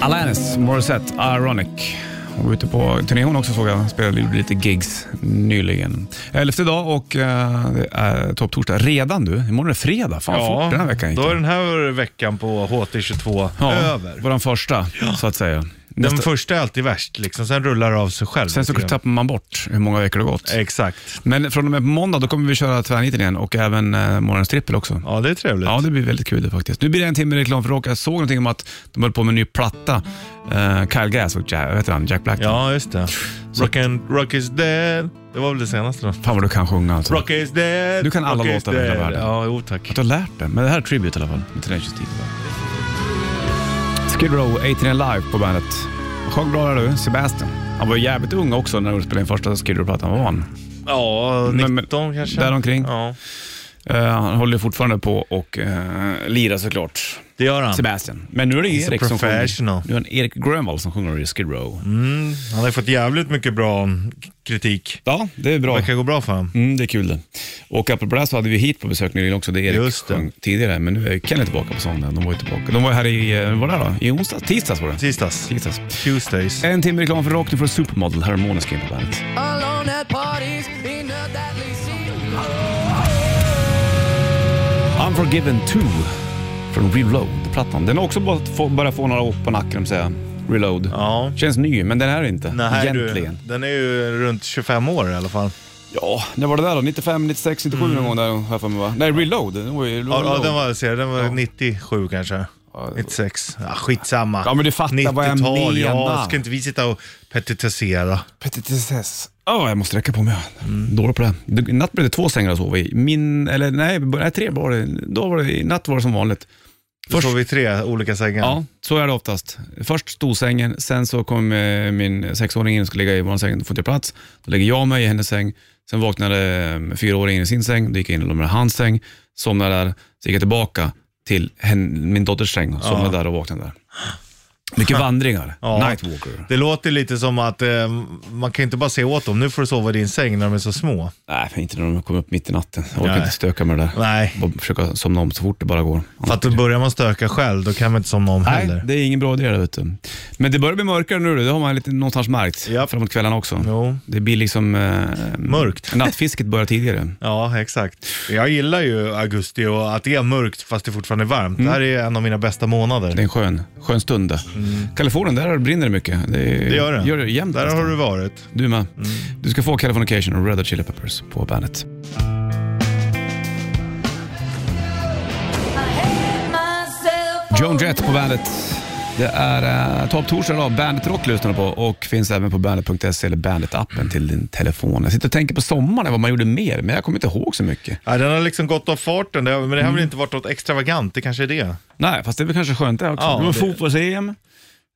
Alanis Morissette, Ironic. Hon var ute på turné hon också såg jag. Spelade lite gigs nyligen. Elfte dag och eh, det är topptorsdag. Redan du, imorgon är det fredag. Fan vad fort den här veckan gick. då är den här veckan på HT22 ja, över. Våran första, så att säga. Den Nästa, första är alltid värst, liksom. sen rullar det av sig själv. sen så lite grann. tappar man bort hur många veckor det har gått. Exakt. Men från och med på måndag då kommer vi köra tvärniten igen och även eh, morgonens trippel också. Ja, det är trevligt. Ja, det blir väldigt kul det faktiskt. Nu blir det en timme reklam för rock. Jag såg någonting om att de höll på med en ny platta. Eh, Kyle Gass och Jack, vet han, Jack Black. Ja, just det. Rock, and, rock is dead. Det var väl det senaste då. Fan vad du kan sjunga alltså. Rock is dead. Du kan alla rock is låtar i hela dead. världen. Ja, jo tack. att du har lärt dig. Men det här är tribute i alla fall. Med Tenacious D. Skid Row, 18 Alive på bandet. Sjöng bra där du, Sebastian. Han var ju jävligt ung också när de spelade in första Skid Row-plattan. Vad var han? Ja, Men- 19 men- kanske. däromkring. Ja. Eh, han håller ju fortfarande på och uh, lirar såklart. Det gör han. Sebastian. Men nu är det He's a Erik som sjunger. professional. Mm. Nu är det Erik Grönvall som sjunger i Skid Row. Han har ju fått jävligt mycket bra kritik. Ja, det är bra. Det verkar gå bra för honom. Mm, det är kul det. Och apropå det här så hade vi hit på besök nyligen också. Det är Erik Just det. sjöng tidigare, men nu är Kenny tillbaka på sången. De var ju tillbaka. De var här i, eh, var det här då? I onsdags? Tisdags var det. Tisdags. Tisdags. Tuesdays. En timme reklam för rock, nu får du Supermodel. Här är Måneskin på bandet. Alone at parties in a deadly scene. Unforgiven 2 från Reload-plattan. Den har också börjat få, börjat få några år på nacken, om säga. Reload. Ja. Känns ny, men den är det inte. Nej, du, Egentligen. den är ju runt 25 år i alla fall. Ja, när var det där då? 95, 96, 97 någon gång där har jag för mig va? Nej, Reload. Den var ju, Ja, Reload. ja den var, ser, jag, den var 97 kanske. 96. Ja, skitsamma. Ja, men du fattar vad jag 90-tal, menar. Ja, ska inte vi sitta och petitessera? Petitess. Åh, jag måste räcka på mig. Dålig på det. Du, I natt blev det två sängar att sova i. Min, eller nej, b- nej, tre var det. Då var det. I natt var det som vanligt. Då Först- får vi tre olika sängar. Ja, så är det oftast. Först storsängen, sen så kom eh, min sexåring in och skulle ligga i vår säng, då får inte jag plats. Då lägger jag mig i hennes säng. Sen vaknade eh, fyraåringen i sin säng, då gick jag in och lade hans säng, somnade där, så gick jag tillbaka till hen, min dotters säng, somnade där och vaknade där. Mycket vandringar. Ja. Nightwalker. Det låter lite som att eh, man kan inte bara säga åt dem, nu får du sova i din säng när de är så små. Nej, men inte när de kommer upp mitt i natten. Jag orkar Nej. inte stöka med det där. Nej. Bara försöka somna om så fort det bara går. För att då börjar man stöka själv, då kan man inte somna om Nej, heller. det är ingen bra idé det vet du. Men det börjar bli mörkare nu, det har man lite någonstans märkt Japp. framåt kvällarna också. Jo. Det blir liksom... Eh, Mörkt. Nattfisket börjar tidigare. Ja, exakt. Jag gillar ju augusti och att det är mörkt fast det fortfarande är varmt. Mm. Det här är en av mina bästa månader. Det är en skön, skön stund det. Kalifornien, där brinner det mycket. Det, är- Mm. Det gör det. gör det jämt Där har nästan. du Mm. varit. Du med. Du ska få Californication och Red Hot Chili Peppers på bandet. Joan Jett på bandet. Det är uh, Topp Torsdag idag. Bandet Rock lyssnar du på och finns även på bandet.se E eller bandet-appen till din telefon. Jag sitter och tänker på sommaren, vad man gjorde mer, men jag kommer inte ihåg så mycket. Ja, den har liksom gått av farten, det har- men det har Mm. väl inte varit något extravagant, det kanske är det. Nej, fast det är väl kanske skönt det också. Ja, det var det- fotbolls-EM,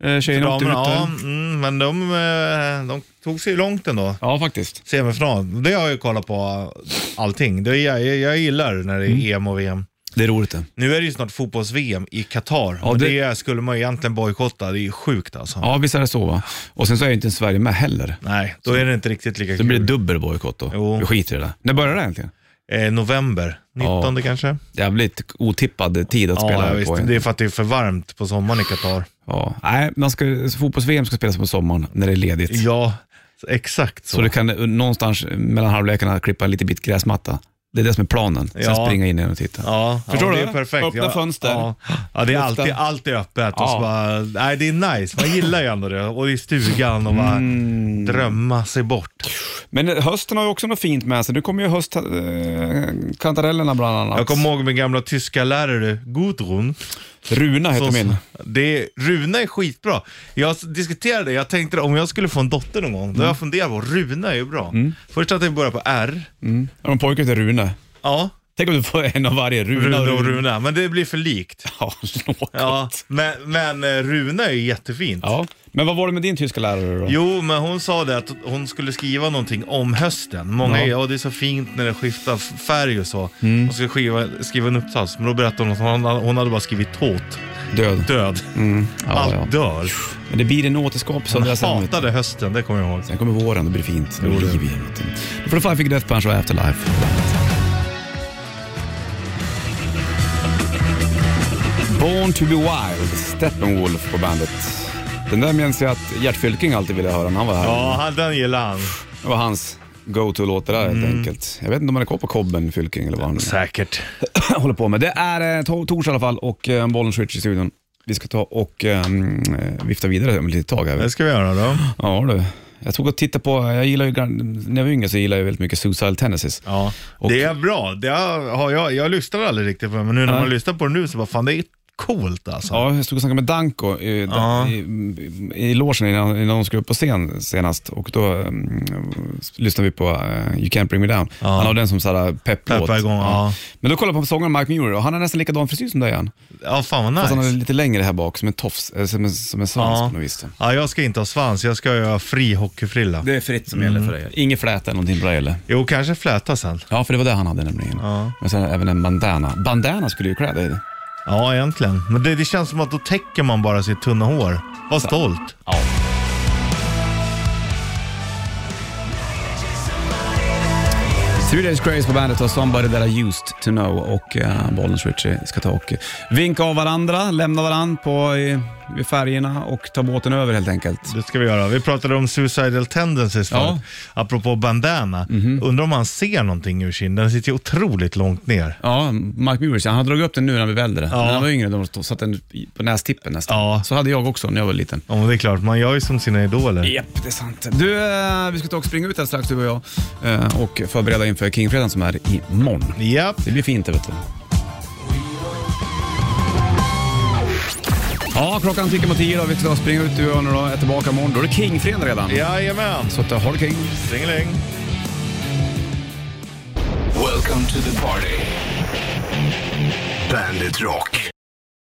eh, tjejerna åkte ut Damerna, ja, där. mm, men de, eh, de tog sig långt ändå. Ja, faktiskt. Semifinal, det har jag ju kollat på eh, allting. Det, jag, jag, jag gillar när det är Mm. EM och VM. Det är roligt det. Nu är det ju snart fotbolls-VM i Qatar Ja, och det- det... skulle man ju egentligen bojkotta. Det är ju sjukt alltså. Ja, visst är det så va? Och sen så är ju inte Sverige med heller. Nej, då är det inte riktigt lika Så blir det kul. dubbel bojkott då. Jo. Vi skiter i det där. När börjar det egentligen? Eh, november, 19 kanske? Jävligt otippad tid att spela Ja, ja, på. visst. Det är för att det är för varmt på sommaren i Qatar. Ja. Nej, man ska, fotbolls-VM ska spelas på sommaren när det är ledigt. Ja, exakt så. Så du kan eh, någonstans mellan halvlekarna klippa en liten bit gräsmatta. Det är det som är planen. Sen Ja. springa in igen och titta. Ja, Förstår ja, du? Det är perfekt. Öppna ja, fönster. Ja, ja det är Luften. alltid, alltid öppet. Och Ja. så bara, nej, det är nice. Man gillar ju ändå det. Och i stugan och bara Mm. drömma sig bort. Men eh, hösten har ju också något fint med sig. Nu kommer ju höst... Eh, kantarellerna bland annat. Jag kommer ihåg min gamla tyska lärare Gudrun. Runa heter Så- min. Det, Runa är skitbra. Jag s- diskuterade, jag tänkte om jag skulle få en dotter någon gång, då Mm. har jag funderat på Runa är ju bra. Först att jag börjar på R. Jag har en pojke heter Rune. Ja, Tänk om du får en av varje. Runa, Runa och och Rune. Runa, men det blir för likt. Ja, något. Ja, men, men eh, Runa är ju jättefint. Ja, men vad var det med din tyska lärare då? Jo, men hon sa det att hon skulle skriva någonting om hösten. Många är, ja Mm. det är så fint när det skiftar f- färg och så. Hon skulle skriva, skriva en uppsats, men då berättade hon att hon, hon hade bara skrivit tåt, Död. död. Allt ja. dör. Men det blir en återskapelse av Hon deras samvete. hatade hösten, det kommer jag ihåg. Sen kommer våren, då blir det fint. Då blir det liv igen. vet du. Då får du Five Finger Death Punch och Afterlife. Born to be wild, Steppenwolf på bandet. Den där minns jag att Gert Fylking alltid ville höra när han var här. Ja, han- den gillar han. Det var hans go-to-låt det där helt Mm. enkelt. Jag vet inte om han är kvar på kobben, Fylking, eller vad han Säkert. håller på med. Det är eh, to- torsdag i alla fall och eh, bollen switch i studion. Vi ska ta och eh, mm, vifta vidare om ett litet tag. Här. Det ska vi göra då. Ja du. Jag tog och tittade på, jag gillar ju, gran- när jag var yngre så gillade jag väldigt mycket Suicidal Tendencies. Ja. Och- Det är bra. Det har jag, jag lyssnar aldrig riktigt på det, men nu när Nej. man lyssnar på det nu så bara fan det är coolt alltså. Ja, jag stod och snackade med Danko i, Ja. i, i, i logen innan, innan de skulle upp på scen senast och då mm, lyssnade vi på eh, You Can't Bring Me Down. Han har den som såhär pepplåt. Peppar igång, ja. Men då kollade jag på sångaren Mike Muir och han har nästan likadan frisyr som dig han. Ja, fan vad Fast han är nice. lite längre här bak, som en tofs, eh, som en, som en svans Ja. på något vis. då. Ja, jag ska inte ha svans, jag ska ha fri hockeyfrilla. Det är fritt som gäller för dig. Mm. Inget flät eller någonting bra gäller. Jo, kanske fläta sen. Ja, för det var det han hade nämligen. Men sen även en bandana. Bandana skulle ju klä dig i. Ja, egentligen. Men det, det känns som att då täcker man bara sitt tunna hår. Var stolt. Ja. Three Days Grace på bandet och Somebody That I Used To Know och uh, Bollens Richie ska ta och eh, vinka av varandra, lämna varandra på eh, vid färgerna och ta båten över helt enkelt. Det ska vi göra. Vi pratade om suicidal tendencies förut, Ja. apropå bandana. Undrar om han ser någonting ur kinden. Den sitter ju otroligt långt ner. Ja, Mark Mewers, han har dragit upp den nu när han blev äldre. Ja. När han var yngre då stod- satt den i- på nästippen nästan. Ja. Så hade jag också när jag var liten. Ja, men det är klart. Man gör ju som sina idoler. Japp, det är sant. Du, eh, vi ska ta och springa ut här strax du och jag eh, och förbereda inför Kingfredagen som är imorgon. Japp. Det blir fint det vet du. Ja, klockan tickar mot tio då. Vi ska springa ut du och jag nu då. Jag är tillbaka imorgon. Då är det King-fredag redan. Jajamän. Så att, eh, ha det King. Singeling. Welcome to the party. Bandit Rock.